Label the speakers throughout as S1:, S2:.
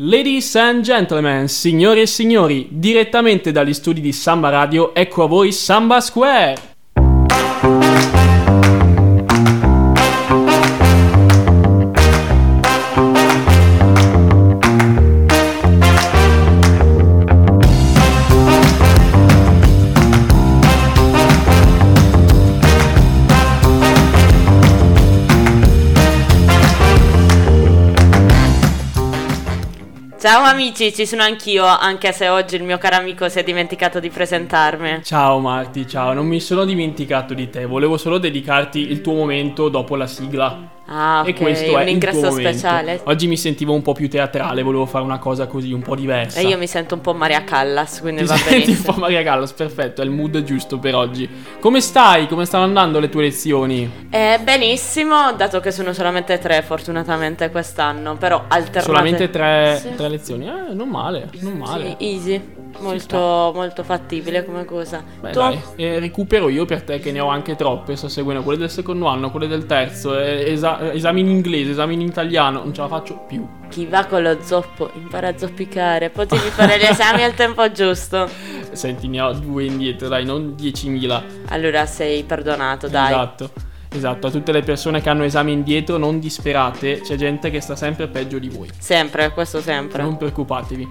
S1: Ladies and gentlemen, signori e signori, direttamente dagli studi di Samba Radio, ecco a voi Samba Square.
S2: Ciao amici, ci sono anch'io, anche se oggi il mio caro amico si è dimenticato di presentarmi.
S1: Ciao Marti, ciao, non mi sono dimenticato di te, volevo solo dedicarti il tuo momento dopo la sigla.
S2: Ah, ok,
S1: E questo è
S2: un ingresso
S1: il tuo momento.
S2: speciale.
S1: Oggi mi sentivo un po' più teatrale, volevo fare una cosa così un po' diversa.
S2: E io mi sento un po' Maria Callas, quindi
S1: Ti
S2: va
S1: senti un
S2: benissimo.
S1: po' Maria Callas, perfetto, è il mood giusto per oggi. Come stai? Come stanno andando le tue lezioni?
S2: Eh, benissimo, dato che sono solamente tre fortunatamente quest'anno, però alternate.
S1: Solamente tre,
S2: Sì.
S1: tre lezioni? Eh, non male, non male.
S2: Sì, easy, molto, molto fattibile come cosa.
S1: Beh,
S2: tu?
S1: dai, eh, recupero io per te che ne ho anche troppe, sto seguendo quelle del secondo anno, quelle del terzo, eh, esa- esami in inglese, esami in italiano, non ce la faccio più.
S2: Chi va con lo zoppo impara a zoppicare, potevi fare gli esami al tempo giusto.
S1: Senti, ne ho due indietro, dai, non 10.000.
S2: Allora sei perdonato, dai.
S1: Esatto. Esatto, a tutte le persone che hanno esami indietro non disperate, c'è gente che sta sempre peggio di voi.
S2: Sempre, questo sempre.
S1: Non preoccupatevi.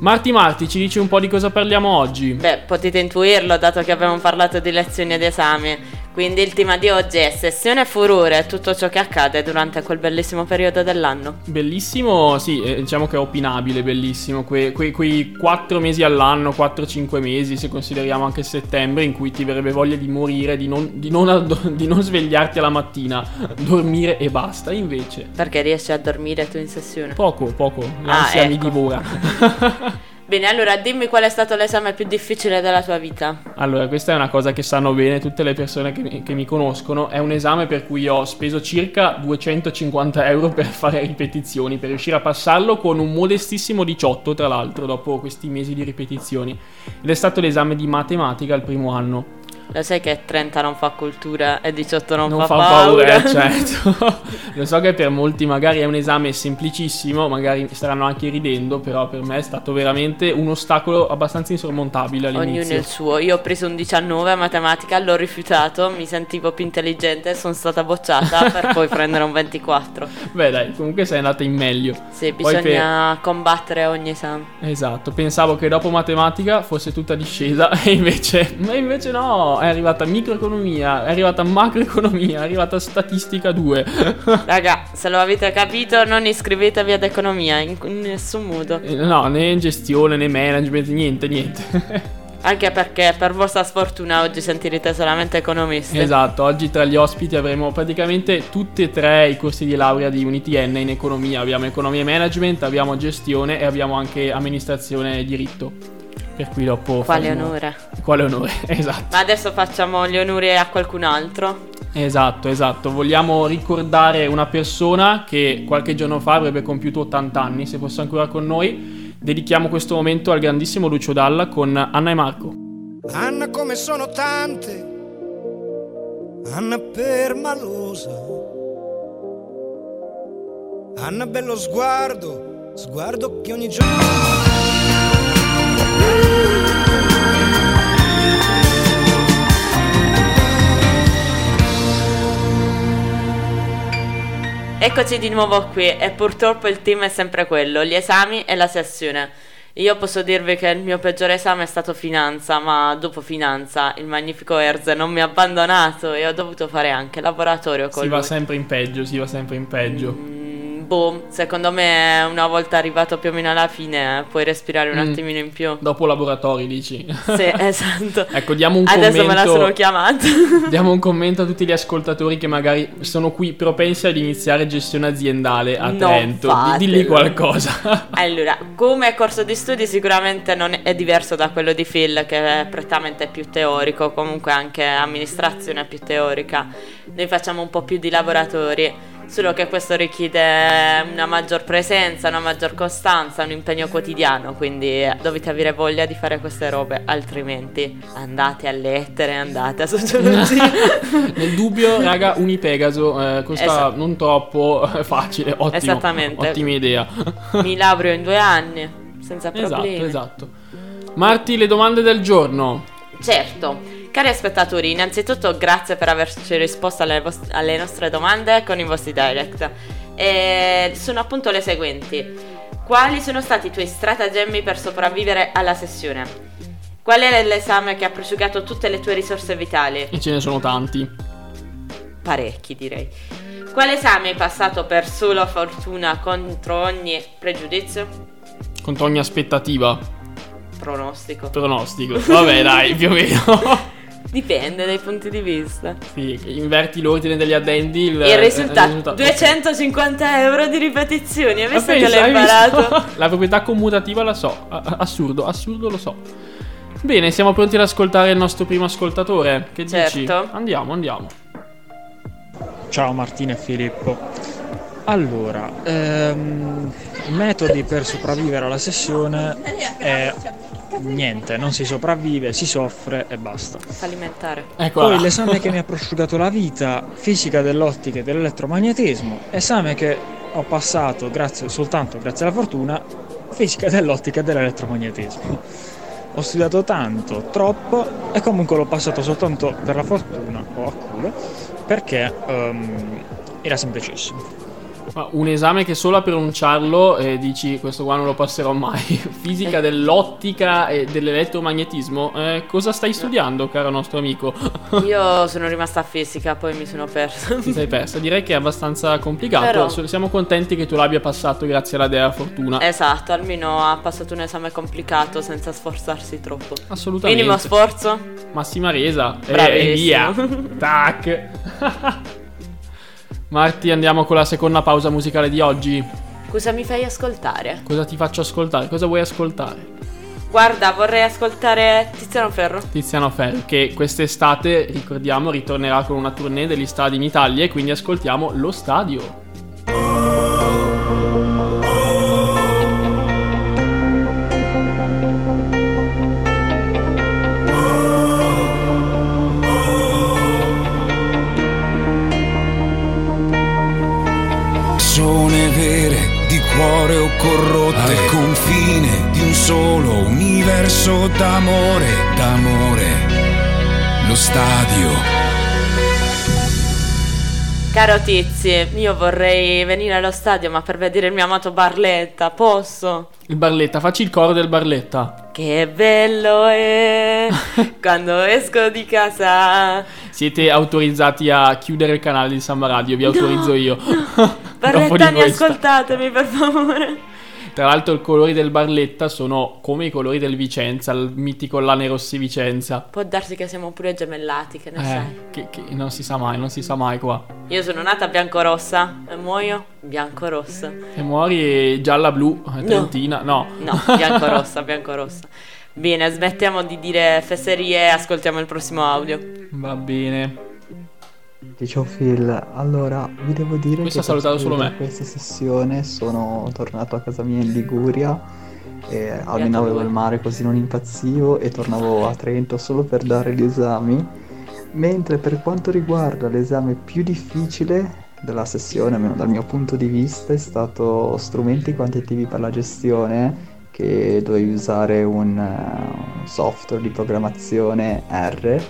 S1: Marti Marti ci dice un po' di cosa parliamo oggi.
S2: Beh, potete intuirlo dato che abbiamo parlato di lezioni ed esami. Quindi il tema di oggi è sessione furore, tutto ciò che accade durante quel bellissimo periodo dell'anno.
S1: Bellissimo, sì, eh, diciamo che è opinabile, bellissimo, que- que- quei 4 mesi all'anno, 4-5 mesi, se consideriamo anche settembre, in cui ti verrebbe voglia di morire, di non, di non ad- di non svegliarti alla mattina, dormire e basta, invece
S2: Perché riesci a dormire tu in sessione?
S1: poco, poco, l'ansia mi
S2: ecco.
S1: divora.
S2: Bene, allora dimmi qual è stato l'esame più difficile della tua vita.
S1: Allora, questa è una cosa che sanno bene tutte le persone che mi, che mi conoscono. È un esame per cui ho speso circa 250 euro per fare ripetizioni, per riuscire a passarlo con un modestissimo 18, tra l'altro, dopo questi mesi di ripetizioni. Ed è stato l'esame di matematica al primo anno.
S2: Lo sai che 30 non fa cultura e 18 non,
S1: Non fa paura, eh, certo. Lo so che per molti magari è un esame semplicissimo, magari staranno anche ridendo, però per me è stato veramente un ostacolo abbastanza insormontabile all'inizio.
S2: Ognuno il suo. Io ho preso un 19 a matematica, l'ho rifiutato, mi sentivo più intelligente, sono stata bocciata per poi prendere un 24.
S1: Beh dai, comunque sei andata in meglio.
S2: Sì,
S1: Poi per-
S2: bisogna combattere ogni esame.
S1: Esatto, pensavo che dopo matematica fosse tutta discesa e invece, ma invece no, è arrivata microeconomia, è arrivata macroeconomia, è arrivata statistica 2.
S2: Raga, se lo avete capito, non iscrivetevi ad economia in in nessun modo.
S1: Eh, no, né gestione né management, niente, niente.
S2: Anche perché, per vostra sfortuna, oggi sentirete solamente economisti.
S1: esatto, oggi tra gli ospiti avremo praticamente tutti e tre i corsi di laurea di UniTN in economia. Abbiamo economia e management, abbiamo gestione e abbiamo anche amministrazione e diritto. Per cui dopo...
S2: Quale
S1: faremo-
S2: onore.
S1: Quale onore, esatto.
S2: Ma adesso facciamo gli onori a qualcun altro.
S1: Esatto, esatto. Vogliamo ricordare una persona che qualche giorno fa avrebbe compiuto 80 anni, se fosse ancora con noi. Dedichiamo questo momento al grandissimo Lucio Dalla con Anna e Marco.
S3: Anna come sono tante, Anna permalosa. Anna bello sguardo, sguardo che ogni giorno...
S2: Eccoci di nuovo qui, e purtroppo il tema è sempre quello: gli esami e la sessione. Io posso dirvi che il mio peggiore esame è stato finanza, ma dopo finanza il magnifico Erze non mi ha abbandonato e ho dovuto fare anche laboratorio con
S1: Si
S2: lui.
S1: va sempre in peggio, si va sempre in peggio.
S2: Mm, Boh, secondo me una volta arrivato più o meno alla fine eh, puoi respirare un
S1: Mm.
S2: attimino in più.
S1: Dopo laboratori, dici.
S2: Sì, esatto.
S1: Ecco, diamo un
S2: Adesso me la sono
S1: commento.
S2: chiamata.
S1: Diamo un commento a tutti gli ascoltatori che magari sono qui propensi ad iniziare gestione aziendale a
S2: Non
S1: Trento. Di- Digli
S2: fatelo.
S1: qualcosa.
S2: allora, come corso di studi sicuramente non è diverso da quello di Phil che è prettamente più teorico, comunque anche amministrazione è più teorica. Noi facciamo un po' più di laboratori solo che questo richiede una maggior presenza, una maggior costanza, un impegno quotidiano, quindi dovete avere voglia di fare queste robe, altrimenti andate a lettere, andate a sociologia.
S1: Nel dubbio, raga, Unipegaso, eh, costa
S2: Esatto.
S1: non troppo eh, facile, ottimo,
S2: Esattamente.
S1: ottima idea.
S2: Mi laureo in due anni, senza
S1: esatto,
S2: problemi.
S1: esatto. Marti, le domande del giorno.
S2: Certo. Cari spettatori, innanzitutto grazie per averci risposto alle, vost- alle nostre domande con i vostri direct. E sono appunto le seguenti. Quali sono stati i tuoi stratagemmi per sopravvivere alla sessione? Qual è l'esame che ha prosciugato tutte le tue risorse vitali?
S1: E ce ne sono tanti.
S2: Parecchi, direi. Quale esame hai passato per sola fortuna contro ogni pregiudizio?
S1: Contro ogni aspettativa,
S2: Pronostico.
S1: pronostico. Vabbè, dai, più o meno.
S2: Dipende dai punti di vista.
S1: Sì, inverti l'ordine degli addendi. Il,
S2: Il risultato,
S1: risulta-
S2: 250 euro di ripetizioni, hai
S1: Ma
S2: visto che
S1: Ah, pensa,
S2: l'hai
S1: hai
S2: imparato?
S1: visto? La proprietà commutativa la so. A- a- Assurdo, assurdo lo so. Bene, siamo pronti ad ascoltare il nostro primo ascoltatore. Che dici?
S2: Certo.
S1: Andiamo, andiamo.
S4: Ciao Martina e Filippo. Allora, ehm, metodi per sopravvivere alla sessione è niente, non si sopravvive, si soffre e basta.
S2: Alimentare.
S1: Ecco.
S4: Poi l'esame che mi ha prosciugato la vita, fisica dell'ottica e dell'elettromagnetismo, esame che ho passato grazie- soltanto grazie alla fortuna, fisica dell'ottica e dell'elettromagnetismo. Ho studiato tanto, troppo e comunque l'ho passato soltanto per la fortuna o a culo perché ehm, era semplicissimo.
S1: Ma un esame che solo a pronunciarlo eh, dici questo qua non lo passerò mai.
S2: Eh.
S1: Fisica dell'ottica e dell'elettromagnetismo. Eh, cosa stai studiando, caro nostro amico?
S2: Io sono rimasta a fisica, poi mi sono persa.
S1: Ti sei persa. Direi che è abbastanza complicato.
S2: Però-
S1: So- Siamo contenti che tu l'abbia passato grazie alla dea fortuna.
S2: esatto, almeno ha passato un esame complicato senza sforzarsi troppo.
S1: Assolutamente.
S2: Minimo sforzo?
S1: Massima resa. E- E via.
S2: Bravissimo.
S1: Tac. Marti, andiamo con la seconda pausa musicale di oggi.
S2: Cosa mi fai ascoltare?
S1: Cosa ti faccio ascoltare? Cosa vuoi ascoltare?
S2: Guarda, vorrei ascoltare Tiziano Ferro.
S1: Tiziano Ferro, che quest'estate, ricordiamo, ritornerà con una tournée degli stadi in Italia e quindi ascoltiamo lo stadio.
S3: Persone vere di cuore o corrotte al confine di un solo universo d'amore, d'amore. Lo stadio.
S2: Caro Tizi, io vorrei venire allo stadio, ma per vedere il mio amato Barletta, posso?
S1: Il Barletta, facci il coro del Barletta.
S2: Che bello è quando esco di casa.
S1: Siete autorizzati a chiudere il canale di Samba Radio, vi autorizzo io. Dopo di
S2: Barlettani,
S1: questa.
S2: ascoltatemi per favore.
S1: Tra l'altro i colori del Barletta sono come i colori del Vicenza, il mitico Lane Rossi Vicenza.
S2: Può darsi che siamo pure gemellati, che ne sai.
S1: Eh, che, che non si sa mai, non si sa mai qua.
S2: Io sono nata biancorossa e muoio biancorossa.
S1: E muori e gialla-blu, eh, trentina, no.
S2: No, biancorossa, biancorossa. Bene, smettiamo di dire fesserie e ascoltiamo il prossimo audio.
S1: Va bene.
S5: Ciao Phil, allora vi devo dire
S1: Questo
S5: che
S1: ha salutato
S5: per
S1: solo me.
S5: questa sessione sono tornato a casa mia in Liguria, e almeno avevo
S2: due.
S5: il mare così non impazzivo e tornavo a Trento solo per dare gli esami, mentre per quanto riguarda l'esame più difficile della sessione, almeno dal mio punto di vista, è stato strumenti quantitativi per la gestione che dovevi usare un eh, software di programmazione R.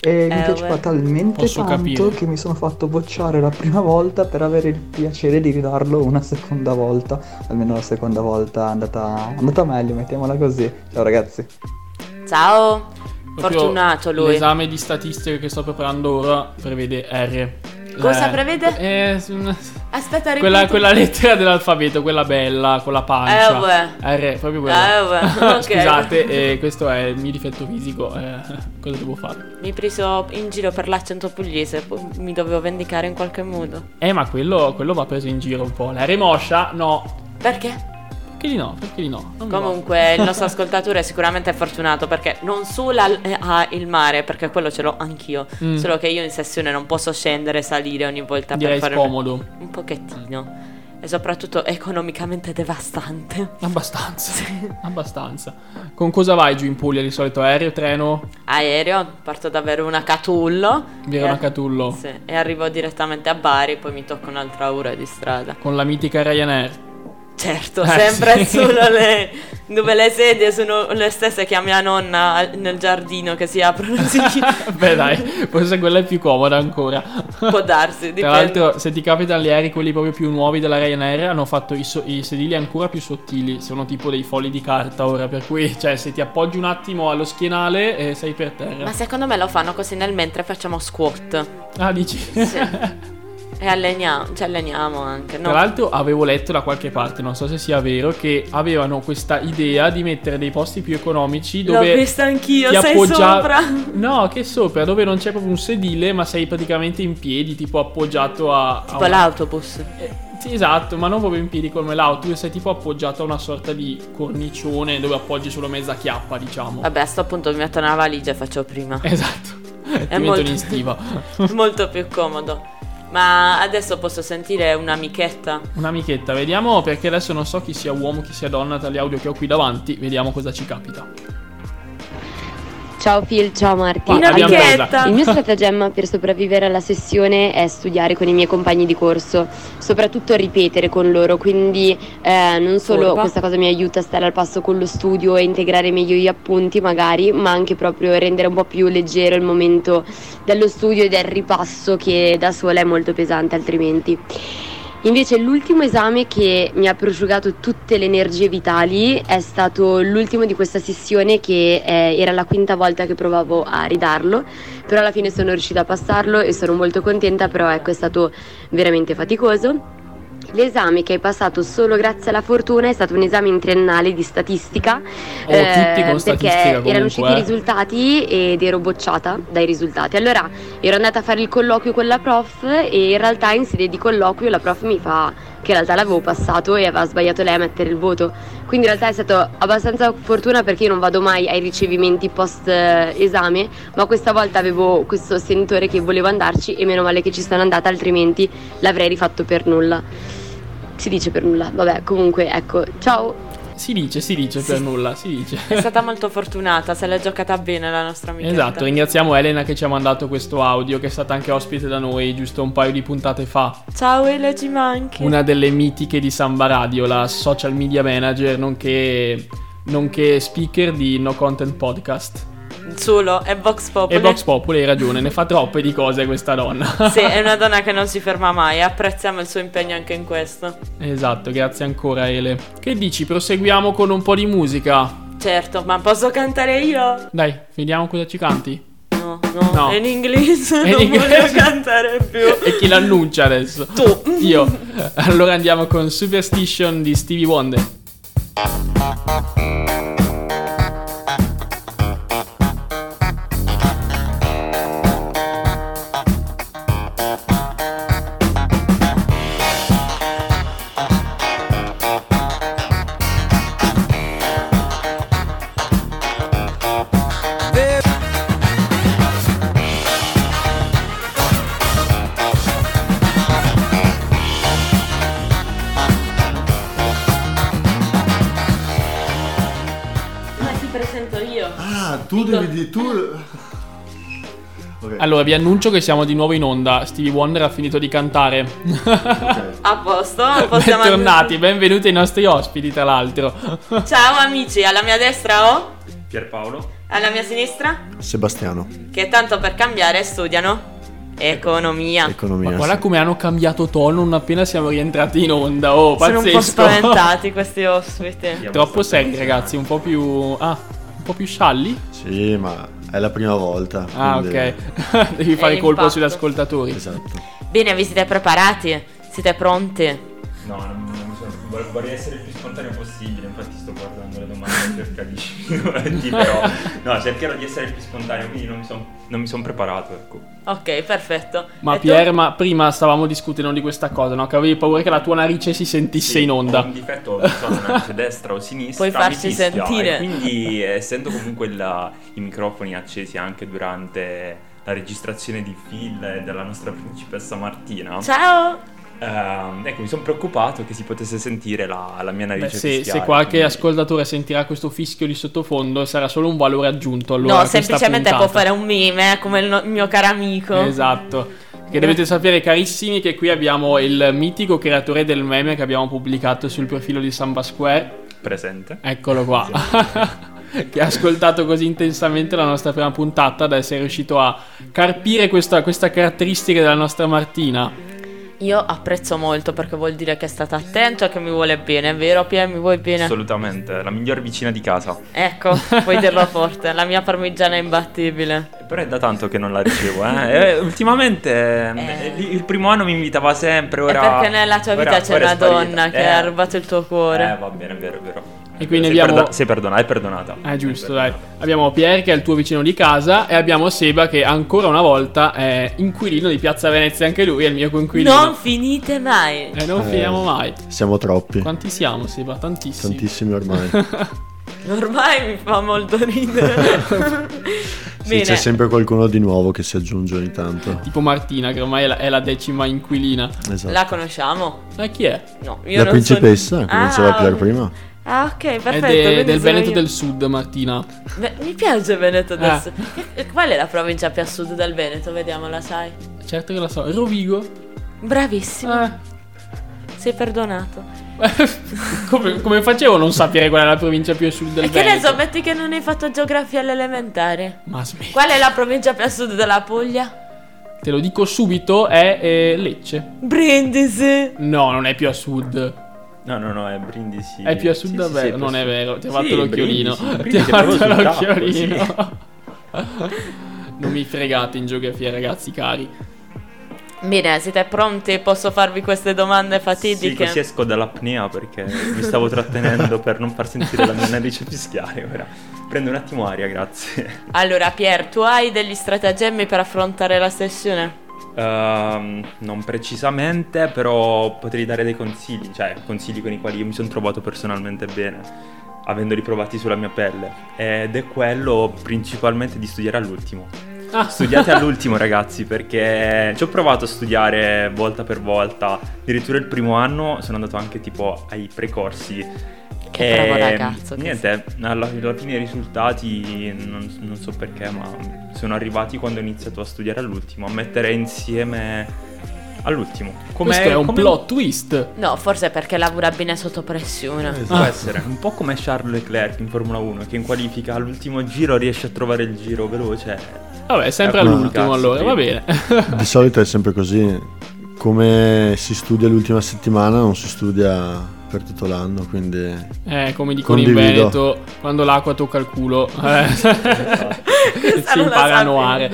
S5: E mi
S2: Eh,
S5: piaceva
S2: vabbè.
S5: talmente
S1: Posso
S5: tanto
S1: capire.
S5: che mi sono fatto bocciare la prima volta per avere il piacere di ridarlo una seconda volta. Almeno la seconda volta è andata, è andata meglio, mettiamola così. Ciao ragazzi.
S2: Ciao,
S1: Proprio
S2: fortunato lui.
S1: L'esame di statistica che sto preparando ora prevede R.
S2: Cosa
S1: Eh,
S2: prevede?
S1: eh, s- n-
S2: Aspetta, ripeti.
S1: quella, quella lettera dell'alfabeto, quella bella, con la pancia.
S2: Eh, vabbè.
S1: R, proprio quella.
S2: Eh, vabbè, ok.
S1: Scusate, eh, questo è il mio difetto fisico. eh, cosa devo fare?
S2: Mi preso in giro per l'accento pugliese, poi mi dovevo vendicare in qualche modo.
S1: Eh, ma quello, quello va preso in giro un po'. La remoscia, no.
S2: Perché?
S1: Perché di no? Perché di no? Non mi va.
S2: Comunque il nostro ascoltatore sicuramente è fortunato perché non solo ha- ha il mare, perché quello ce l'ho anch'io,
S1: Mm.
S2: solo che io in sessione non posso scendere e salire ogni volta
S1: direi
S2: per fare
S1: scomodo.
S2: un pochettino e soprattutto economicamente devastante.
S1: Abbastanza. Abbastanza. Con cosa vai giù in Puglia di solito? Aereo, treno?
S2: Aereo, parto da Verona Catullo
S1: Verona
S2: e-
S1: Catullo.
S2: Eh, sì, e arrivo direttamente a Bari, poi mi tocca un'altra ora di strada.
S1: Con la mitica Ryanair.
S2: Certo,
S1: Eh,
S2: sempre
S1: sì.
S2: solo le, dove le sedie sono le stesse che ha mia nonna al- nel giardino che si aprono. Sì,
S1: Beh dai, forse quella è più comoda ancora.
S2: può darsi.
S1: Tra
S2: Dipende.
S1: l'altro, se ti capitano gli aerei, quelli proprio più nuovi della Ryanair, hanno fatto i, so- i sedili ancora più sottili. Sono tipo dei fogli di carta ora. Per cui, cioè, se ti appoggi un attimo allo schienale, eh, sei per terra.
S2: Ma secondo me lo fanno così nel mentre facciamo squat
S1: Ah, dici?
S2: Sì. e alleniamo, ci alleniamo anche. No?
S1: Tra l'altro avevo letto da qualche parte, non so se sia vero, che avevano questa idea di mettere dei posti più economici
S2: L'ho
S1: dove
S2: vista anch'io,
S1: ti
S2: sei
S1: appoggia-
S2: sopra.
S1: No, che sopra, dove non c'è proprio un sedile, ma sei praticamente in piedi, tipo appoggiato a. a
S2: Tipo
S1: una-
S2: l'autobus.
S1: Eh, Sì, esatto, ma non proprio in piedi come l'autobus, sei tipo appoggiato a una sorta di cornicione dove appoggi solo mezza chiappa, diciamo.
S2: Vabbè, a sto punto mi metto nella valigia e faccio prima.
S1: Esatto. Ti
S2: molto-
S1: mettono in stiva. Eh.
S2: Molto più comodo. Ma adesso posso sentire un'amichetta.
S1: Un'amichetta, vediamo perché adesso non so chi sia uomo, chi sia donna tra gli audio che ho qui davanti, vediamo cosa ci capita.
S6: Ciao Phil, ciao Marti.
S1: Guarda, abbiamo
S6: Allora,
S1: presa.
S6: il mio stratagemma per sopravvivere alla sessione è studiare con i miei compagni di corso, soprattutto ripetere con loro, quindi eh, non solo
S2: Furba.
S6: questa cosa mi aiuta a stare al passo con lo studio e integrare meglio gli appunti magari, ma anche proprio rendere un po' più leggero il momento dello studio e del ripasso che da sola è molto pesante altrimenti. Invece l'ultimo esame che mi ha prosciugato tutte le energie vitali è stato l'ultimo di questa sessione che eh, era la quinta volta che provavo a ridarlo, però alla fine sono riuscita a passarlo e sono molto contenta, però ecco è stato veramente faticoso. L'esame che hai passato solo grazie alla fortuna è stato un esame in triennale di statistica
S1: Oh, tutti con
S6: Eh, perché
S1: statistica
S6: erano
S1: comunque,
S6: usciti
S1: eh.
S6: i risultati ed ero bocciata dai risultati. Allora ero andata a fare il colloquio con la prof e in realtà in sede di colloquio la prof mi fa che in realtà l'avevo passato e aveva sbagliato lei a mettere il voto. Quindi in realtà è stato abbastanza fortuna perché io non vado mai ai ricevimenti post eh, esame, ma questa volta avevo questo sentore che volevo andarci e meno male che ci sono andata, altrimenti l'avrei rifatto per nulla. Si dice per nulla, vabbè, comunque ecco, ciao.
S1: eh. Si dice, si dice
S2: Sì.
S1: per nulla, si dice.
S2: È stata molto fortunata, se l'è giocata bene la nostra amichetta.
S1: Esatto, ringraziamo Elena che ci ha mandato questo audio, che è stata anche ospite da noi giusto un paio di puntate fa.
S2: Ciao Ele, ci manchi.
S1: Una delle mitiche di Samba Radio, la social media manager, nonché, nonché speaker di No Content Podcast.
S2: Solo, è Vox Populi.
S1: E Vox Populi hai ragione, ne fa troppe di cose questa donna.
S2: Sì, è una donna che non si ferma mai, apprezziamo il suo impegno anche in questo.
S1: esatto, grazie ancora Ele. Che dici, proseguiamo con un po' di musica?
S2: Certo, ma posso cantare io?
S1: Dai, vediamo cosa ci canti.
S2: No, no,
S1: No.
S2: è in inglese,
S1: È in
S2: non
S1: inglese.
S2: voglio cantare più.
S1: E chi l'annuncia adesso?
S2: Tu.
S1: Io. Allora andiamo con Superstition di Stevie Wonder.
S2: Ma ti presento io.
S7: Ah, tu devi dire. Tu... Ok,
S1: Allora, vi annuncio che siamo di nuovo in onda. Stevie Wonder ha finito di cantare.
S7: ok.
S2: A posto, possiamo
S1: Bentornati, benvenuti ai nostri ospiti, tra l'altro.
S2: Ciao amici, alla mia destra ho,
S8: Pierpaolo.
S2: alla mia sinistra,
S7: Sebastiano,
S2: che tanto per cambiare studiano economia.
S7: economia.
S1: Ma guarda
S7: sì.
S1: come hanno cambiato tono non appena siamo rientrati in onda. Oh,
S2: Sono
S1: pazzesco.
S2: un po' spaventati questi ospiti.
S1: Troppo seri, ragazzi, un po' più. Ah, un po' più scialli?
S7: Sì, ma è la prima volta.
S1: Ah,
S7: quindi-
S1: ok. Devi
S2: È
S1: fare colpo
S2: l'impatto.
S1: sugli ascoltatori.
S7: Esatto.
S2: Bene, vi siete preparati? Siete pronti?
S8: No, non, non mi sono Vor- Vorrei essere il più spontaneo possibile, infatti sto guardando le domande per capirci, però no, cercherò di essere il più spontaneo, quindi non mi sono preparato, ecco.
S2: Ok, perfetto.
S1: Ma
S2: E tu?
S1: Pier, ma prima stavamo discutendo di questa cosa, no? Che avevi paura che la tua narice si sentisse
S8: Sì,
S1: in
S8: ho
S1: onda.
S8: Un difetto, non so, una voce destra o sinistra.
S2: Puoi farci
S8: mi fischia,
S2: sentire.
S8: e quindi, eh, essendo comunque la- i microfoni accesi anche durante la registrazione di Phil e della nostra principessa Martina,
S2: Ciao!
S8: ehm, ecco, mi sono preoccupato che si potesse sentire la, la mia
S1: Beh,
S8: narice
S1: se,
S8: Eh, fischiare,
S1: se qualche
S8: quindi-
S1: ascoltatore sentirà questo fischio di sottofondo sarà solo un valore aggiunto. Allora, a
S2: no,
S1: questa
S2: semplicemente può
S1: puntata.
S2: fare ecco. un meme eh, come il, no- il mio caro amico.
S1: Esatto. Che dovete sapere, carissimi, che qui abbiamo il mitico creatore del meme che abbiamo pubblicato sul profilo di Samba Square.
S8: presente.
S1: Eccolo qua. che ha ascoltato così intensamente la nostra prima puntata da essere riuscito a carpire questa, questa caratteristica della nostra Martina.
S2: Io apprezzo molto perché vuol dire che è stato attento e che mi vuole bene, vero Pier? Mi vuoi bene?
S8: Assolutamente, la miglior vicina di casa.
S2: ecco, puoi dirlo forte, la mia parmigiana è imbattibile.
S8: Però è da tanto che non la ricevo, eh. Eh, ultimamente eh, il- il primo anno mi invitava sempre, ora...
S2: è perché nella tua vita
S8: ora-
S2: c'è
S8: ora è
S2: una
S8: sparita.
S2: donna che
S8: Eh,
S2: ha rubato il tuo
S8: Eh,
S2: cuore.
S8: va bene, è vero, è vero.
S1: E quindi
S8: sei
S1: abbiamo-
S8: perdo- sei perdonata, è perdonata.
S1: Ah, giusto,
S8: Sei
S1: dai.
S8: perdonata.
S1: Abbiamo Pier che è il tuo vicino di casa e abbiamo Seba che ancora una volta è inquilino di Piazza Venezia, anche lui è il mio coinquilino.
S2: non finite mai.
S1: E non
S9: Eh.
S1: finiamo mai.
S9: Siamo troppi,
S1: Quanti siamo, Seba? Tantissimi.
S9: tantissimi ormai.
S2: Ormai mi fa molto ridere.
S9: Sì,
S2: Bene.
S9: c'è sempre qualcuno di nuovo che si aggiunge ogni tanto.
S1: Tipo Martina, che ormai è la, è la decima inquilina.
S9: Esatto.
S2: La
S9: La,
S2: conosciamo?
S1: Ma chi è?
S2: No, io non so-
S9: principessa, come diceva
S2: Ah,
S9: Pier prima.
S2: Ah, ok, perfetto.
S1: è de-
S2: quindi
S1: del
S2: sono
S1: Veneto
S2: io.
S1: del Sud, Martina.
S2: Beh, mi piace Veneto del
S1: Ah.
S2: Sud. Che- Qual è la provincia più a sud del Veneto? Vediamo, la sai.
S1: Certo che la so. Rovigo?
S2: Bravissimo,
S1: Eh.
S2: sei perdonato.
S1: come, come facevo a non sapere qual è la provincia più a sud del
S2: e che
S1: Veneto?
S2: ne so, metti che non hai fatto geografia all'elementare.
S1: Ma smetti.
S2: Qual è la provincia più a sud della Puglia?
S1: Te lo dico subito, è eh, Lecce.
S2: Brindisi.
S1: No, non è più a sud.
S8: No, no, no, è Brindisi.
S1: È più a sud
S8: Sì, sì, sì,
S1: davvero?
S8: più a
S1: non è
S8: sud.
S1: vero, ti ha
S8: Sì,
S1: fatto l'occhiolino.
S8: Brindisi,
S1: ti ha
S8: Brindisi è
S1: fatto
S8: proprio sul tappo,
S1: l'occhiolino.
S8: sì.
S1: non mi fregate in geografia, ragazzi cari.
S2: Bene, siete pronti? Posso farvi queste domande
S8: Sì,
S2: fatidiche?
S8: così esco dall'apnea perché mi stavo trattenendo per non far sentire la mia narice fischiare. Ora prendo un attimo aria, grazie.
S2: Allora, Pier, tu hai degli stratagemmi per affrontare la sessione?
S8: Ehm, non precisamente, però potrei dare dei consigli, cioè consigli con i quali io mi sono trovato personalmente bene, avendoli provati sulla mia pelle. Ed è quello principalmente di studiare all'ultimo.
S1: Ah,
S8: Studiate all'ultimo, ragazzi, perché ci ho provato a studiare volta per volta. Addirittura il primo anno sono andato anche tipo ai precorsi.
S1: Eh,
S2: Che
S8: E,
S2: bravo ragazzo che
S8: Ehm, Niente, alla, alla fine i risultati non, non so perché, ma sono arrivati quando ho iniziato a studiare all'ultimo, a mettere insieme all'ultimo. Come
S1: questo è un
S8: come-
S1: plot twist.
S2: No, forse perché lavora bene sotto
S1: Eh,
S2: pressione.
S1: Ah.
S8: Può essere un po' come Charles Leclerc in Formula 1 che in qualifica all'ultimo giro riesce a trovare il giro veloce.
S1: Vabbè, sempre
S8: Eh, ma-
S1: all'ultimo
S8: cazzo,
S1: allora,
S8: sì.
S1: va bene.
S9: Di solito è sempre così. Come si studia l'ultima settimana, non si studia per tutto l'anno, quindi
S1: Eh, come dicono in
S9: Condivido.
S1: Veneto, quando l'acqua tocca il culo, eh, si
S8: Esatto.
S2: non la
S1: impara a
S2: sapevo.
S1: nuare.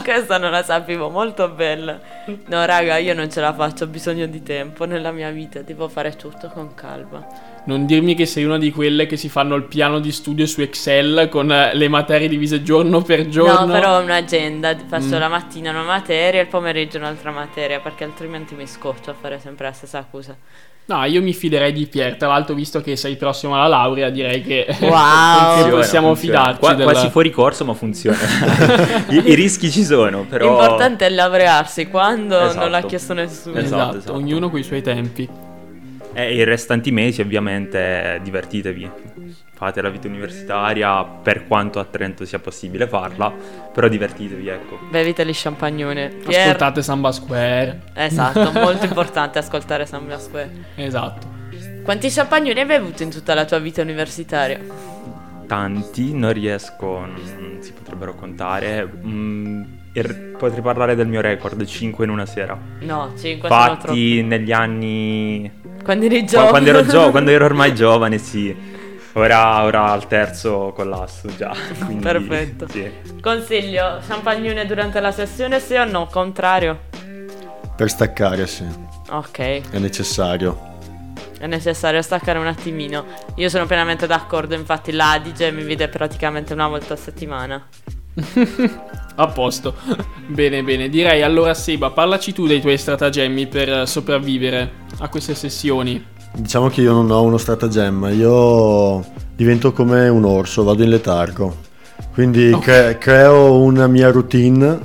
S2: Questa non la sapevo, molto bella. No, raga, io non ce la faccio, ho bisogno di tempo nella mia vita, devo fare tutto con calma.
S1: Non dirmi che sei una di quelle che si fanno il piano di studio su Excel con eh, le materie divise giorno per giorno.
S2: No, però ho un'agenda, faccio
S1: Mm.
S2: la mattina una materia e il pomeriggio un'altra materia, perché altrimenti mi scoccio a fare sempre la stessa cosa.
S1: No, io mi fiderei di Pier. Tra l'altro, visto che sei prossimo alla laurea, direi che
S2: Wow.
S1: che Ah, possiamo
S8: funziona.
S1: fidarci.
S8: Qua-
S1: della-
S8: Quasi fuori corso, ma funziona. I, i rischi ci sono, però.
S2: L'importante è laurearsi quando
S8: Esatto.
S2: non l'ha chiesto nessuno.
S1: Esatto,
S8: Esatto, esatto.
S1: ognuno coi suoi tempi.
S8: E i restanti mesi, ovviamente, divertitevi. Fate la vita universitaria per quanto a Trento sia possibile farla, però divertitevi, ecco.
S2: Bevite gli champagnone. Pier-
S1: Ascoltate Samba Square.
S2: Esatto, molto importante ascoltare Samuel Square.
S1: Esatto.
S2: Quanti champagnoni hai bevuto in tutta la tua vita universitaria?
S8: Tanti, non riesco, non si potrebbero contare. Mm, il- potrei parlare del mio record, 5 in una sera.
S2: No, 5 sono troppo.
S8: Fatti negli anni
S2: Quando eri
S8: Qua-
S2: giovane.
S8: quando, ero gio- quando ero ormai giovane, sì. Ora, ora al terzo collasso già. quindi,
S2: Perfetto.
S8: sì.
S2: Consiglio, champagnone durante la sessione sì o no? Contrario?
S9: per staccare sì,
S2: Ok.
S9: è necessario.
S2: è necessario staccare un attimino. Io sono pienamente d'accordo, infatti l'Adige mi vede praticamente una volta a settimana.
S1: A posto. bene, bene. Direi allora Seba, parlaci tu dei tuoi stratagemmi per eh, sopravvivere a queste sessioni.
S9: Diciamo che io non ho uno stratagemma, io divento come un orso, vado in letargo. Quindi cre- creo una mia routine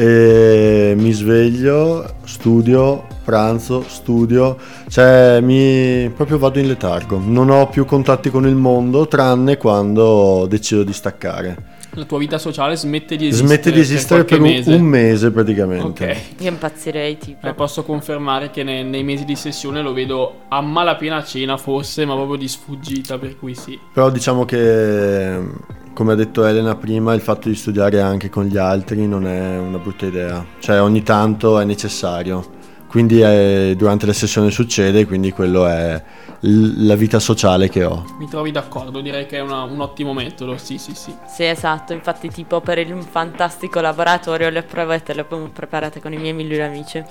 S9: e mi sveglio, studio, pranzo, studio, cioè mi proprio vado in letargo. Non ho più contatti con il mondo tranne quando decido di staccare.
S1: La tua vita sociale smette di esistere.
S9: Smette di esistere per,
S1: qualche
S9: un,
S1: mese.
S9: un mese praticamente.
S1: Ok.
S2: Io impazzirei tipo.
S1: Eh, posso confermare che ne- nei mesi di sessione lo vedo a malapena a cena forse, ma proprio di sfuggita, per cui sì.
S9: Però diciamo che, come ha detto Elena prima, il fatto di studiare anche con gli altri non è una brutta idea. Cioè ogni tanto è necessario. Quindi eh, durante le sessioni succede, quindi quello è l- la vita sociale che ho.
S1: Mi trovi d'accordo, direi che è una- un ottimo metodo, sì sì sì.
S2: Sì, esatto, infatti tipo per il fantastico laboratorio le prove te le ho preparate con i miei migliori amici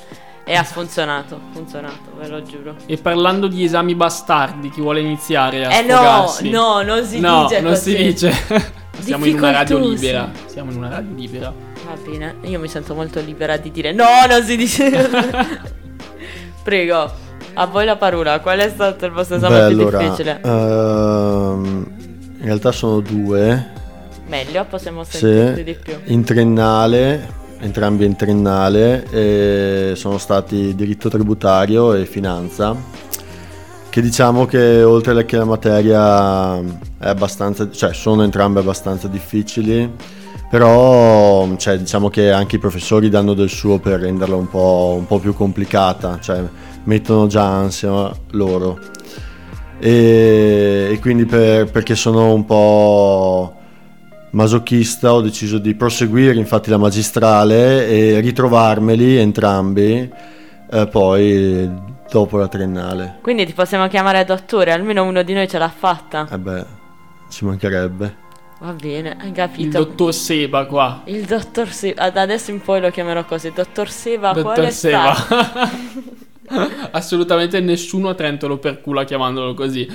S2: e ha funzionato, funzionato, ve lo giuro.
S1: E parlando di esami bastardi, chi vuole iniziare a
S2: eh no,
S1: sfogarsi?
S2: no, non si
S1: No,
S2: dice
S1: non
S2: così.
S1: si dice. Siamo in una radio
S2: Difficoltosi.
S1: libera. Siamo in una radio libera.
S2: Va bene, io mi sento molto libera di dire no, non si dice. Prego, a voi la parola, qual è stato il vostro esame
S9: Beh,
S2: più
S9: allora,
S2: difficile?
S9: ehm, in realtà sono due.
S2: Meglio, possiamo sentirti
S9: Sì,
S2: di più.
S9: in triennale, entrambi in triennale, e sono stati diritto tributario e finanza, che diciamo che oltre alla- che la materia è abbastanza, cioè sono entrambe abbastanza difficili, però cioè, diciamo che anche i professori danno del suo per renderla un po', un po' più complicata, cioè mettono già ansia loro. E, e quindi per- perché sono un po' masochista ho deciso di proseguire infatti la magistrale e ritrovarmeli entrambi eh, poi dopo la triennale.
S2: Quindi ti possiamo chiamare dottore, almeno uno di noi ce l'ha fatta.
S9: E Eh beh, ci mancherebbe.
S2: Va bene, hai
S1: Il
S2: capito.
S1: dottor Seba qua.
S2: Il dottor Seba, da adesso in poi lo chiamerò così, dottor Seba, qual è
S1: dottor Seba.
S2: stato?
S1: Assolutamente nessuno a Trento lo percula chiamandolo così.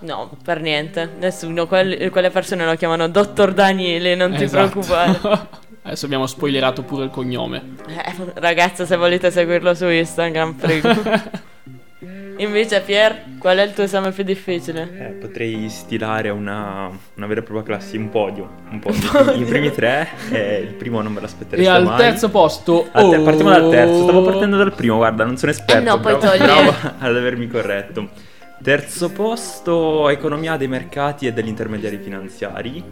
S2: No, per niente, nessuno, quel- quelle persone lo chiamano dottor Daniele, non ti
S1: Esatto.
S2: preoccupare.
S1: Adesso abbiamo spoilerato pure il cognome.
S2: Eh, ragazzi, se volete seguirlo su Instagram, prego. Invece, Pier, qual è il tuo esame più difficile?
S8: Eh, potrei stilare una, una vera e propria classe, un podio. Un podio. I primi tre, eh, il primo non me l'aspetterei
S1: E al
S8: mai.
S1: terzo posto.
S8: Al te- partiamo dal terzo, stavo
S1: oh,
S8: partendo dal primo, guarda, non sono esperto.
S2: Eh no, poi
S8: bravo,
S2: togli.
S8: bravo ad avermi corretto. Terzo posto, economia dei mercati e degli intermediari finanziari.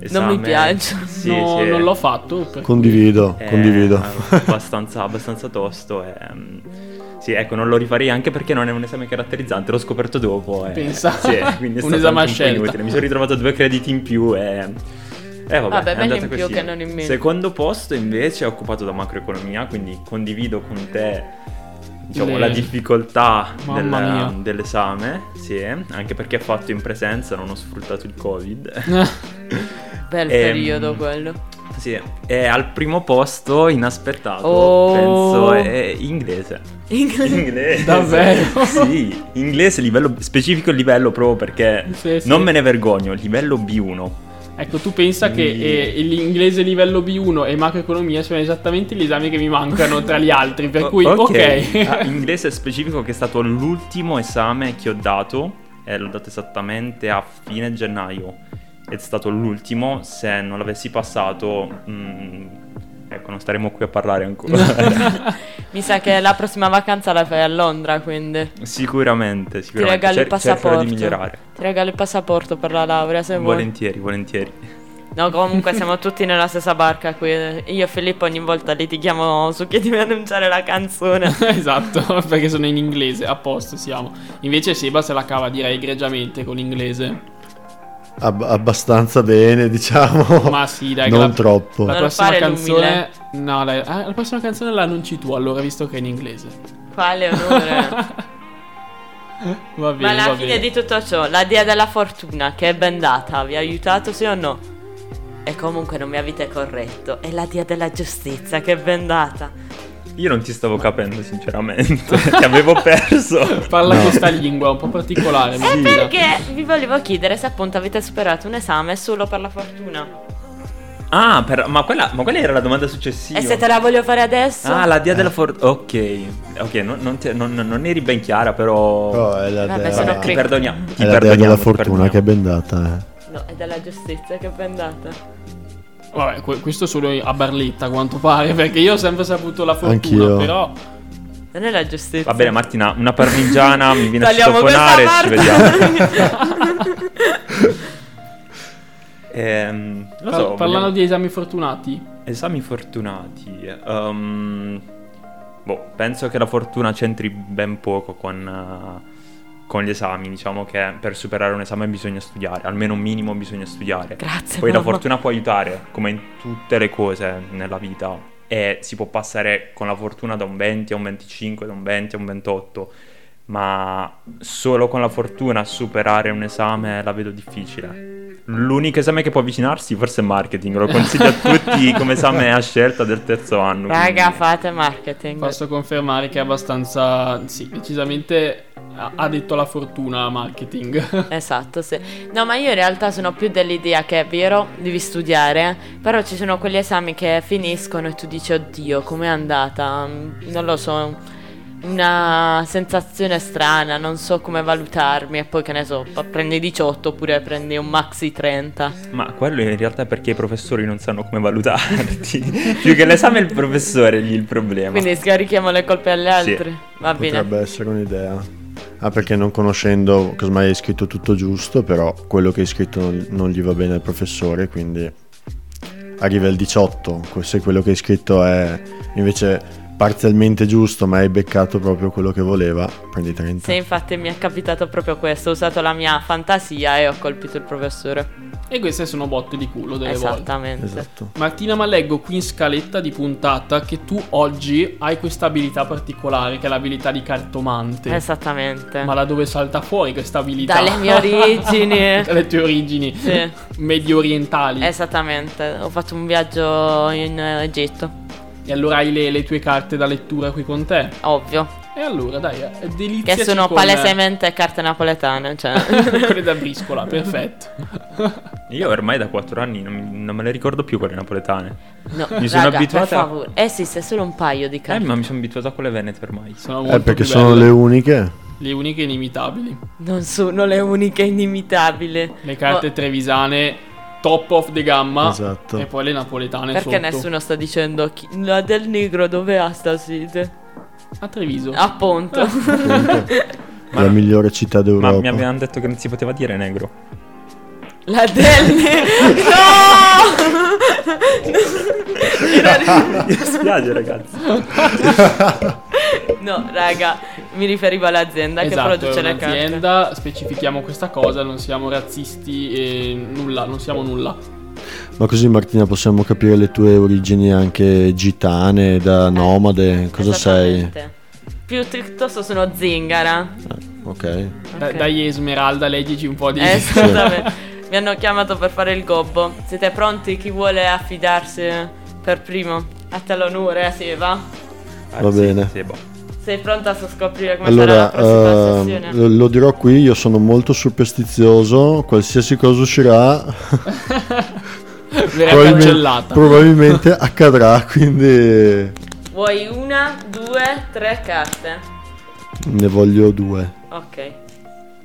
S8: Esame-
S2: piace.
S8: Sì,
S1: no,
S8: sì, eh.
S1: non l'ho fatto. per-
S9: Condivido,
S8: è
S9: condivido.
S8: Eh, Abbastanza, abbastanza tosto. e, mm, sì, ecco, non lo rifarei anche perché non è un esame caratterizzante, l'ho scoperto dopo. e-
S1: Pensa.
S8: sì, quindi è
S1: Un
S8: stato
S1: esame
S8: anche
S1: a
S8: po'
S1: scelta.
S8: inutile. Mi sono ritrovato due crediti in più e... Eh, vabbè,
S2: Vabbè,
S8: è
S2: meglio
S8: andata
S2: in più
S8: così.
S2: che non in meno.
S8: Secondo posto invece è occupato da macroeconomia, quindi condivido con te diciamo,
S1: Le-
S8: la difficoltà
S1: Mamma
S8: del- mm,
S1: mia.
S8: dell'esame, sì, anche perché è fatto in presenza, non ho sfruttato il Covid.
S2: Eh, Bel
S8: Ehm,
S2: periodo quello.
S8: Sì, è al primo posto inaspettato,
S2: Oh.
S8: penso, è inglese. Inglese?
S1: Davvero?
S8: Sì, inglese livello specifico livello proprio perché
S1: Sì, sì.
S8: non me ne vergogno, livello B1.
S1: Ecco, tu pensa che
S8: Mm.
S1: eh, l'inglese livello B1 e macroeconomia sono esattamente gli esami che mi mancano tra gli altri, per
S8: O-
S1: cui ok.
S8: Ah, inglese specifico che è stato l'ultimo esame che ho dato, e l'ho dato esattamente a fine gennaio. Ed è stato l'ultimo, se non l'avessi passato, mm, ecco, non staremo qui a parlare ancora.
S2: Mi sa che la prossima vacanza la fai a Londra, quindi.
S8: sicuramente, sicuramente.
S2: Ti regalo il
S8: Cer- cercherò
S2: passaporto.
S8: di migliorare.
S2: Ti regalo il passaporto per la laurea, se vuoi.
S8: Volentieri, volentieri.
S2: No, comunque siamo tutti nella stessa barca qui. Io e Filippo ogni volta litighiamo su chi deve annunciare la canzone.
S1: esatto, perché sono in inglese, a posto siamo. Invece Seba se la cava direi egregiamente con l'inglese.
S9: Ab- abbastanza bene, diciamo.
S1: Ma sì, dai,
S9: non
S1: la-
S9: troppo.
S1: La
S2: Non
S1: prossima
S2: fare
S1: canzone No, dai, ah, la prossima canzone la annunci tu allora, visto che è in inglese.
S2: Quale onore.
S1: Va bene,
S2: Ma alla
S1: va
S2: fine
S1: bene.
S2: di tutto ciò, la Dia della Fortuna, che è ben data, vi ha aiutato sì o no?
S8: Eh,
S2: E comunque non mi avete corretto, è la Dia della Giustizia, che è ben data.
S8: Io non ti stavo capendo, sinceramente. Ti avevo perso.
S1: Parla questa lingua un po' particolare. mi
S2: E
S1: dica.
S2: Eh, perché vi volevo chiedere se appunto avete superato un esame solo per la fortuna.
S8: Ah, per- ma, quella, ma quella era la domanda successiva.
S2: E se te la voglio fare adesso?
S8: Ah, la dia della fortuna. Ok, ok, non, non ti- non- non eri ben chiara, però.
S9: Però è la
S2: Vabbè,
S9: dea-
S2: sono
S8: ti
S2: cre-
S8: perdoniamo. Ti
S9: è la dea
S8: perdoniamo,
S9: della
S8: ti
S9: fortuna
S8: perdoniamo.
S9: che è bendata. Eh.
S2: No, è della giustizia che è pendata.
S1: Vabbè, que- questo solo a Barletta, a quanto pare, perché io ho sempre saputo la fortuna,
S9: Anch'io.
S1: però...
S2: Non è la giustizia.
S8: Va bene, Martina, una parmigiana mi viene a
S2: Tagliamo
S8: sottofonare.
S2: questa
S8: Ci
S2: parte.
S8: vediamo. Ehm, lo
S1: par-
S8: so,
S1: parlando
S8: vogliamo-
S1: di esami fortunati,
S8: Esami fortunati. ehm, boh, penso che la fortuna c'entri ben poco con, eh, con gli esami. Diciamo che per superare un esame bisogna studiare, almeno un minimo bisogna studiare.
S2: Grazie.
S8: Poi la
S2: mamma.
S8: fortuna può aiutare, come in tutte le cose nella vita. E si può passare con la fortuna da un 20 a un 25, da un 20 a un 28. Ma solo con la fortuna superare un esame la vedo difficile. L'unico esame che può avvicinarsi forse è marketing, lo consiglio a tutti come esame a scelta del terzo anno.
S2: Raga,
S8: quindi-
S2: fate marketing.
S1: posso confermare che è abbastanza... Sì, decisamente ha ha detto la fortuna marketing.
S2: Esatto, sì. No, ma io in realtà sono più dell'idea che è vero, devi studiare, però ci sono quegli esami che finiscono e tu dici, oddio, com'è andata? Mm, Non lo so, una sensazione strana, non so come valutarmi e poi che ne so, pa- prendi 18 oppure prendi un maxi 30.
S8: Ma quello in realtà è perché i professori non sanno come valutarti. Più che l'esame è il professore lì il problema.
S2: Quindi scarichiamo le colpe alle
S8: Sì.
S2: altre. Va bene.
S9: Potrebbe essere un'idea. Ah, perché non conoscendo, cos'mai hai scritto tutto giusto, però quello che hai scritto non, non gli va bene al professore, quindi arriva il 18. que- Se quello che hai scritto è invece parzialmente giusto, ma hai beccato proprio quello che voleva, prendi 30.
S2: Sì, infatti mi è capitato proprio questo, ho usato la mia fantasia e ho colpito il professore.
S1: e queste sono botte di culo delle volte.
S2: Esattamente.
S9: Esatto.
S1: Martina, ma leggo qui in scaletta di puntata che tu oggi hai questa abilità particolare, che è l'abilità di cartomante.
S2: Esatto. Esattamente.
S1: Ma da dove salta fuori questa abilità?
S2: Dalle mie origini. Eh
S1: Dalle tue origini.
S2: Sì.
S1: Medio orientali.
S2: Esattamente, ho fatto un viaggio in eh, Egitto,
S1: E allora hai le, le tue carte da lettura qui con te.
S2: ovvio,
S1: E allora, dai, eh,
S2: che
S1: deliziaci
S2: sono
S1: con- eh,
S2: palesemente carte napoletane, cioè.
S1: quelle da briscola, perfetto.
S8: Io ormai da 4 anni non, mi- non me le ricordo più quelle napoletane.
S2: No,
S8: Mi sono
S2: raga,
S8: abituata-
S2: per favore. Eh sì, se solo un paio di
S8: Eh,
S2: carte.
S8: ma mi sono abituato a quelle venete ormai.
S1: Sono molto
S9: Eh, perché
S1: più
S9: sono
S1: belle.
S9: le uniche.
S1: Le uniche inimitabili.
S2: Non sono le uniche inimitabili.
S1: Le carte
S2: Oh,
S1: trevisane top of the gamma.
S9: Esatto.
S1: E poi le napoletane
S2: perché
S1: sotto.
S2: nessuno sta dicendo chi... la del negro dove ha sta sede?
S1: A Treviso.
S2: Ah, Appunto.
S9: la migliore città
S8: Ma
S9: d'Europa.
S8: mi avevano detto che non si poteva dire negro.
S2: la del negro. No!
S8: Mi spiace, ragazzi.
S2: No, raga, mi riferivo all'azienda
S1: Esatto,
S2: che produce
S1: è
S2: le carte.
S1: un'azienda, specifichiamo questa cosa, non siamo razzisti e nulla, non siamo nulla.
S9: Ma così Martina possiamo capire le tue origini anche gitane, da nomade, cosa sei?
S2: Esattamente. Più tristoso sono zingara.
S9: Ok.
S1: Da-
S2: Ok.
S1: Dai Esmeralda, leggici un po' di...
S2: Eh, scusami. Mi hanno chiamato per fare il gobbo. Siete pronti? Chi vuole affidarsi per primo? A te l'onore, Seba.
S8: Ah,
S9: Va
S8: sì,
S9: bene.
S8: sì, boh.
S2: Sei pronta a scoprire come sarà la
S9: Allora,
S2: prossima
S9: ehm,
S2: sessione?
S9: lo, lo dirò qui, io sono molto superstizioso, qualsiasi cosa uscirà
S1: Verrà
S9: probabilmente-
S1: cancellata.
S9: probabilmente accadrà, quindi
S2: Vuoi una, due, tre carte?
S9: ne voglio due.
S2: Ok.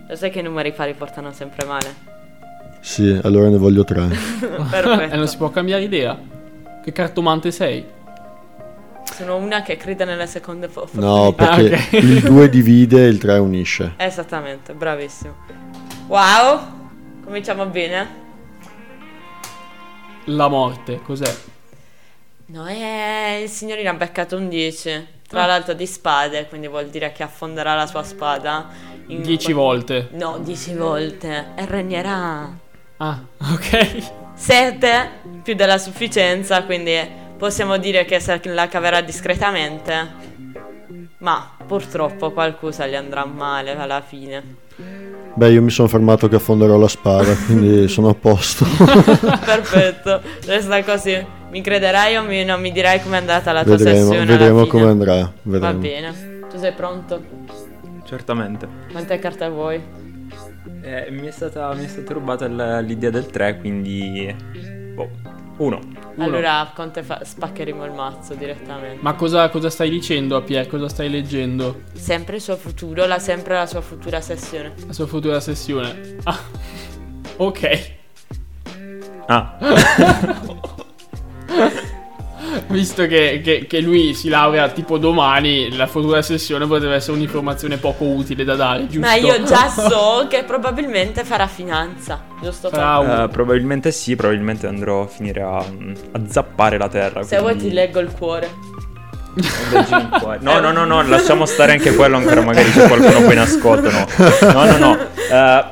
S2: Lo sai che i numeri pari portano sempre male.
S9: Sì, allora ne voglio tre.
S1: E Eh, non
S2: Perfetto.
S1: si può cambiare idea. Che cartomante sei?
S2: Sono una che crede nelle seconde fo-
S9: No,
S2: opportunità.
S9: perché
S1: ok.
S9: il due divide e il tre unisce.
S2: Esattamente, bravissimo. Wow! Cominciamo bene.
S1: La morte, cos'è?
S2: No, eh, il signorino ha beccato un 10.
S1: Ah.
S2: Tra l'altro di spade, quindi vuol dire che affonderà la sua spada. in-
S1: 10 volte.
S2: No, 10 volte. E regnerà.
S1: Ah, ok.
S2: 7 più della sufficienza, quindi possiamo dire che se la caverà discretamente. Ma purtroppo qualcosa gli andrà male alla fine.
S9: Beh, io mi sono fermato che affonderò la spada, quindi sono a posto.
S2: Perfetto, resta così. Mi crederai o mi- non mi dirai com'è andata la tua
S9: vedremo
S2: sessione? alla
S9: vedremo
S2: fine?
S9: come andrà.
S2: Va
S9: Vedremo.
S2: bene. Tu sei pronto?
S8: Certamente.
S2: Quante carte vuoi?
S8: Eh, mi, è stata, mi è stata rubata l- l'idea del 3, quindi... Boh, uno.
S2: Allora, con te fa- spaccheremo il mazzo direttamente.
S1: Ma cosa, cosa stai dicendo a Pier? Cosa stai leggendo?
S2: Sempre il suo futuro, la sempre la sua futura sessione.
S1: La sua futura sessione. Ah, ok.
S8: Ah,
S1: Visto che, che- che lui si laurea tipo domani, la futura sessione potrebbe essere un'informazione poco utile da dare, giusto?
S2: Ma io già so che probabilmente farà finanza, giusto? Tom?
S9: ah,
S1: Farà un-
S8: eh, probabilmente sì, probabilmente andrò a finire a, mm, a zappare la terra.
S2: Se vuoi
S8: quindi-
S2: ti leggo il cuore.
S8: leggimi il cuore. No, no, no, no, lasciamo stare anche quello ancora, magari c'è qualcuno poi in ascolto, no. No, no, no. Eh,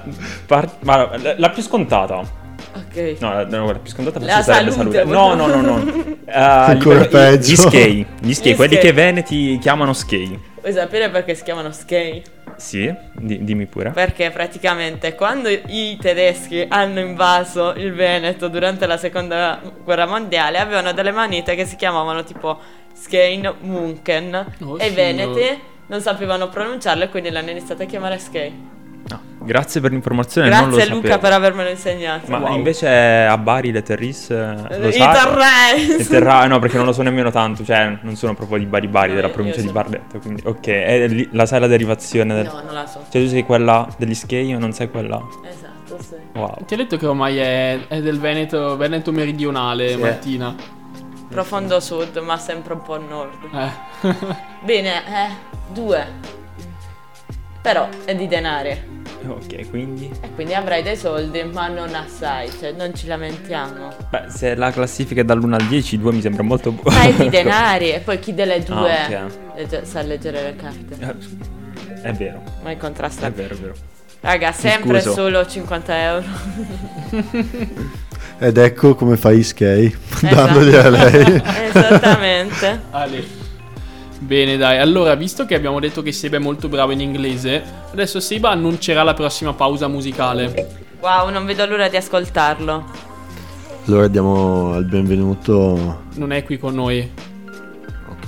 S8: par- ma la, la più scontata.
S2: Ok.
S8: No, la, no, la più scontata
S2: La
S8: forse sarebbe
S2: salute,
S8: salute. No, no, no, no. Eh, a
S9: Ancora
S8: livello- i-
S9: peggio.
S8: Gli skei, gli skei,
S2: Gli
S8: quelli
S2: skei.
S8: che veneti chiamano skei.
S2: Vuoi sapere perché si chiamano skei?
S8: Sì, di- dimmi pure.
S2: Perché praticamente quando i tedeschi hanno invaso il Veneto durante la seconda guerra mondiale avevano delle manite che si chiamavano tipo Skein Munken
S1: Oh,
S2: e i
S1: signor.
S2: veneti non sapevano pronunciarle quindi l'hanno iniziata a chiamare Skei.
S8: No, Grazie per l'informazione, non Eh, lo
S2: Grazie
S8: sapevo.
S2: Luca per avermelo insegnato.
S8: Ma invece a Bari le Terris eh, lo
S2: I
S8: sai?
S2: Torres!
S8: Il terra- no, perché non lo so nemmeno tanto, cioè non sono proprio di Bari Bari,
S2: No,
S8: della
S2: io-
S8: provincia
S2: io
S8: di
S2: sono-
S8: Barletta, quindi ok, è lì- la sai la derivazione del...
S2: No, non la so.
S8: Cioè tu sei quella degli skei o non sei quella?
S2: Esatto, sì.
S8: Wow.
S1: Ti ho detto che ormai è, è del Veneto, Veneto meridionale,
S9: eh.
S8: Sì.
S1: Martina.
S2: Profondo sud, ma sempre un po' a nord.
S1: Eh.
S2: Bene, eh, due. Però è di denari.
S8: Ok, quindi...
S2: E quindi avrai dei soldi, ma non assai, cioè non ci lamentiamo.
S8: Beh, se la classifica è dall'1 al 10, 2 mi sembra molto buono.
S2: Ma è di denari, e poi chi delle due
S8: Ah, Eh.
S2: legge- sa leggere le carte?
S8: È vero,
S2: Ma in
S8: è
S2: contrasta.
S8: vero, è vero.
S2: Raga, sempre
S8: Eh scuso.
S2: solo 50 euro.
S9: Ed ecco come fa Iskei,
S2: Esatto.
S9: dandogli a lei.
S2: Esattamente.
S1: Ale. Bene, dai. Allora, visto che abbiamo detto che Seba è molto bravo in inglese, adesso Seba annuncerà la prossima pausa musicale.
S2: Wow, non vedo l'ora di ascoltarlo.
S9: Allora diamo il benvenuto.
S1: Non è qui con noi.
S9: Ok.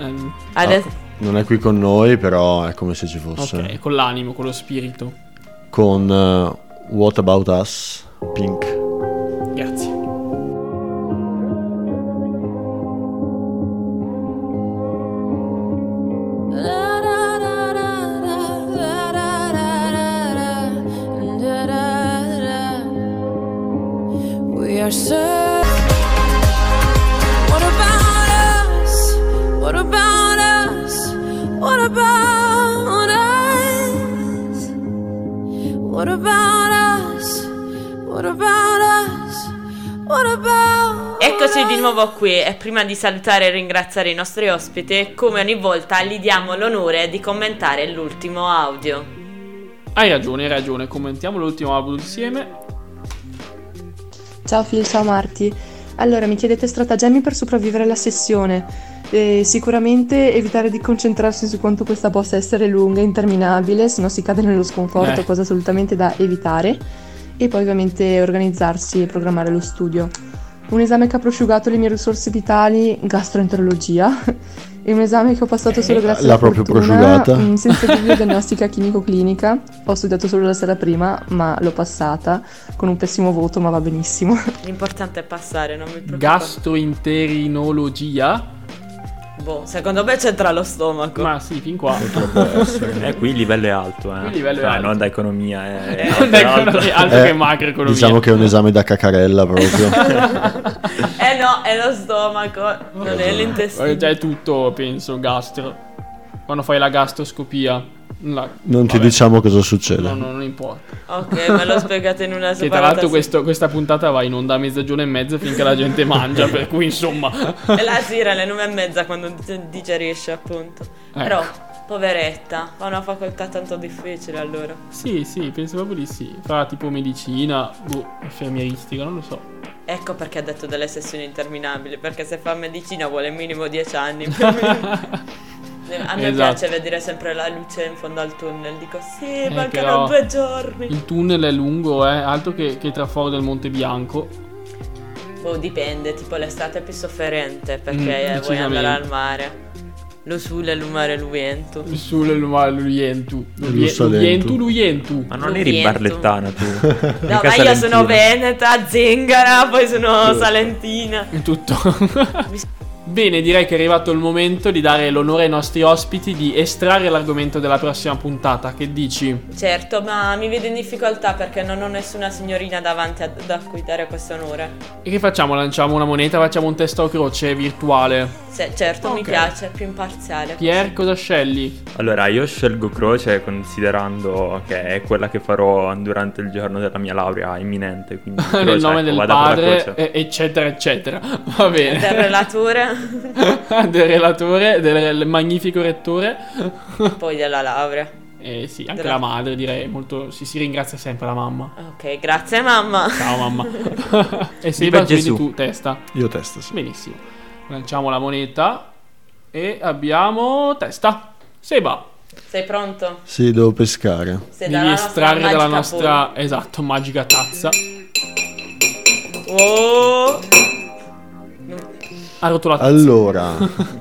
S1: Ehm,
S2: Adesso...
S9: Non è qui con noi, però è come se ci fosse.
S1: ok, con l'animo, con lo spirito.
S9: Con eh, What About Us, Pink.
S1: Grazie.
S10: We are so. What about us? What about us? What about us? What about us? What about us? What about
S2: Eccoci di
S10: us?
S2: nuovo qui e prima di salutare e ringraziare i nostri ospiti, come ogni volta gli diamo l'onore di commentare l'ultimo audio.
S1: Hai ragione, hai ragione. Commentiamo l'ultimo album insieme.
S11: Ciao Phil, ciao Marti. Allora, mi chiedete stratagemmi per sopravvivere alla sessione. Eh, sicuramente evitare di concentrarsi su quanto questa possa essere lunga e interminabile, se no si cade nello sconforto,
S1: Eh.
S11: cosa assolutamente da evitare. E poi ovviamente organizzarsi e programmare lo studio. Un esame che ha prosciugato le mie risorse vitali, gastroenterologia. E un esame che ho passato solo grazie
S9: L'ha
S11: alla
S9: proprio
S11: fortuna,
S9: prosciugata. Eh,
S11: mm, senza dubbio diagnostica chimico-clinica. Ho studiato solo la sera prima, ma l'ho passata con un pessimo voto, ma va benissimo.
S2: L'importante è passare, non mi preoccupo.
S1: Gastrointerinologia.
S2: Boh, secondo me c'entra lo stomaco.
S1: Ma sì, fin qua.
S8: Eh, qui il livello è alto, eh.
S1: Qui il livello è
S8: Dai,
S1: alto.
S8: non da economia, eh. è
S1: Non è economia, Ecco, altro
S9: Eh,
S1: che macroeconomia.
S9: Diciamo che è un esame da cacarella proprio.
S2: Eh no, è lo stomaco, non è l'intestino.
S1: Eh, già è tutto, penso, gastro. Quando fai la gastroscopia. la-
S9: Non ti
S1: vabbè,
S9: diciamo cosa succede.
S1: No, no, non importa.
S2: Ok, me l'ho spiegato in una
S1: Che tra
S2: separata
S1: l'altro questo- questa puntata va in onda a mezzogiorno e mezzo finché la gente mangia, per cui insomma...
S2: E la sera alle nove e mezza quando d- digerisce, appunto.
S1: Ecco.
S2: Però, poveretta, fa una facoltà tanto difficile allora.
S1: Sì, sì, penso proprio di sì. Farà tipo medicina, boh, infermieristica, non lo so.
S2: Ecco perché ha detto delle sessioni interminabili, perché se fa medicina vuole minimo 10 anni. per me. A me
S1: Esatto.
S2: piace vedere sempre la luce in fondo al tunnel. Dico, sì,
S1: Eh,
S2: mancano
S1: però
S2: due giorni.
S1: Il tunnel è lungo, eh, altro che, che traforo del Monte Bianco.
S2: Boh, dipende, tipo l'estate è più sofferente perché
S1: Mm,
S2: eh, vuoi
S1: decisamente.
S2: andare al mare. Lo sule, il mare luento.
S1: Il sole ma l'Uientu.
S9: Lussalento.
S1: L'Uientu, l'Uientu.
S8: Ma non eri
S2: Luviento.
S8: barlettana tu.
S2: No, ma io sono veneta, zingara, poi sono salentina.
S1: È tutto. Bene, direi che è arrivato il momento di dare l'onore ai nostri ospiti di estrarre l'argomento della prossima puntata. Che dici?
S2: Certo, ma mi vedo in difficoltà perché non ho nessuna signorina davanti a, da cui dare questo onore.
S1: E che facciamo? Lanciamo una moneta, facciamo un testo a croce virtuale.
S2: Se- certo, mi
S1: Ok.
S2: piace, è più imparziale.
S1: Pier, cosa scegli?
S8: Allora, io scelgo croce considerando che è quella che farò durante il giorno della mia laurea imminente. Quindi croce,
S1: Nel nome
S8: ecco,
S1: del
S8: vado per la croce.
S1: padre, e- eccetera, eccetera. Va bene.
S2: Del relatore,
S1: del relatore, del magnifico rettore.
S2: poi della laurea.
S1: E sì, anche
S2: Della-
S1: la madre, direi molto. Sì, si ringrazia sempre la mamma.
S2: Ok, grazie mamma.
S1: Ciao mamma. e Seba,
S8: Viva
S1: quindi
S8: Gesù.
S1: tu testa.
S9: Io testa, sì.
S1: Benissimo. Lanciamo la moneta e abbiamo testa. Seba,
S2: Sei pronto?
S9: Sì, devo pescare.
S2: Sei
S1: devi estrarre dalla
S2: magica
S1: nostra esatto, magica tazza.
S2: bolla. Oh!
S1: Arrotolata.
S9: Allora,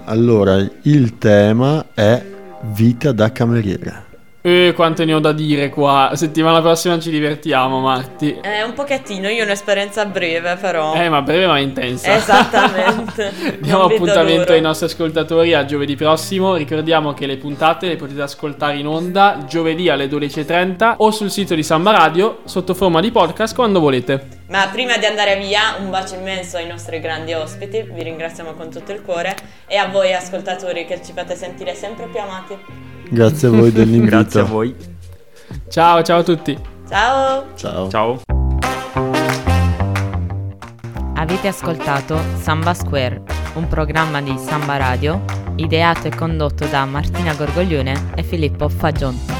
S9: allora, il tema è vita da cameriere.
S1: Eh, quante ne ho da dire qua. Settimana prossima ci divertiamo, Marti.
S2: Eh, un pochettino, io ho un'esperienza breve però.
S1: Eh, ma breve ma intensa.
S2: Esattamente. Non
S1: Diamo
S2: vedo
S1: appuntamento
S2: l'ora.
S1: ai nostri ascoltatori a giovedì prossimo. Ricordiamo che le puntate le potete ascoltare in onda giovedì alle 12.30 o sul sito di Samba Radio sotto forma di podcast quando volete.
S2: Ma prima di andare via, un bacio immenso ai nostri grandi ospiti, vi ringraziamo con tutto il cuore e a voi ascoltatori che ci fate sentire sempre più amati.
S9: Grazie a voi dell'invito.
S8: Grazie a voi.
S1: Ciao, ciao a tutti.
S2: Ciao!
S9: Ciao.
S8: Ciao.
S2: Avete ascoltato Samba Square, un programma di Samba Radio ideato e condotto da Martina Gorgoglione e Filippo Fagion.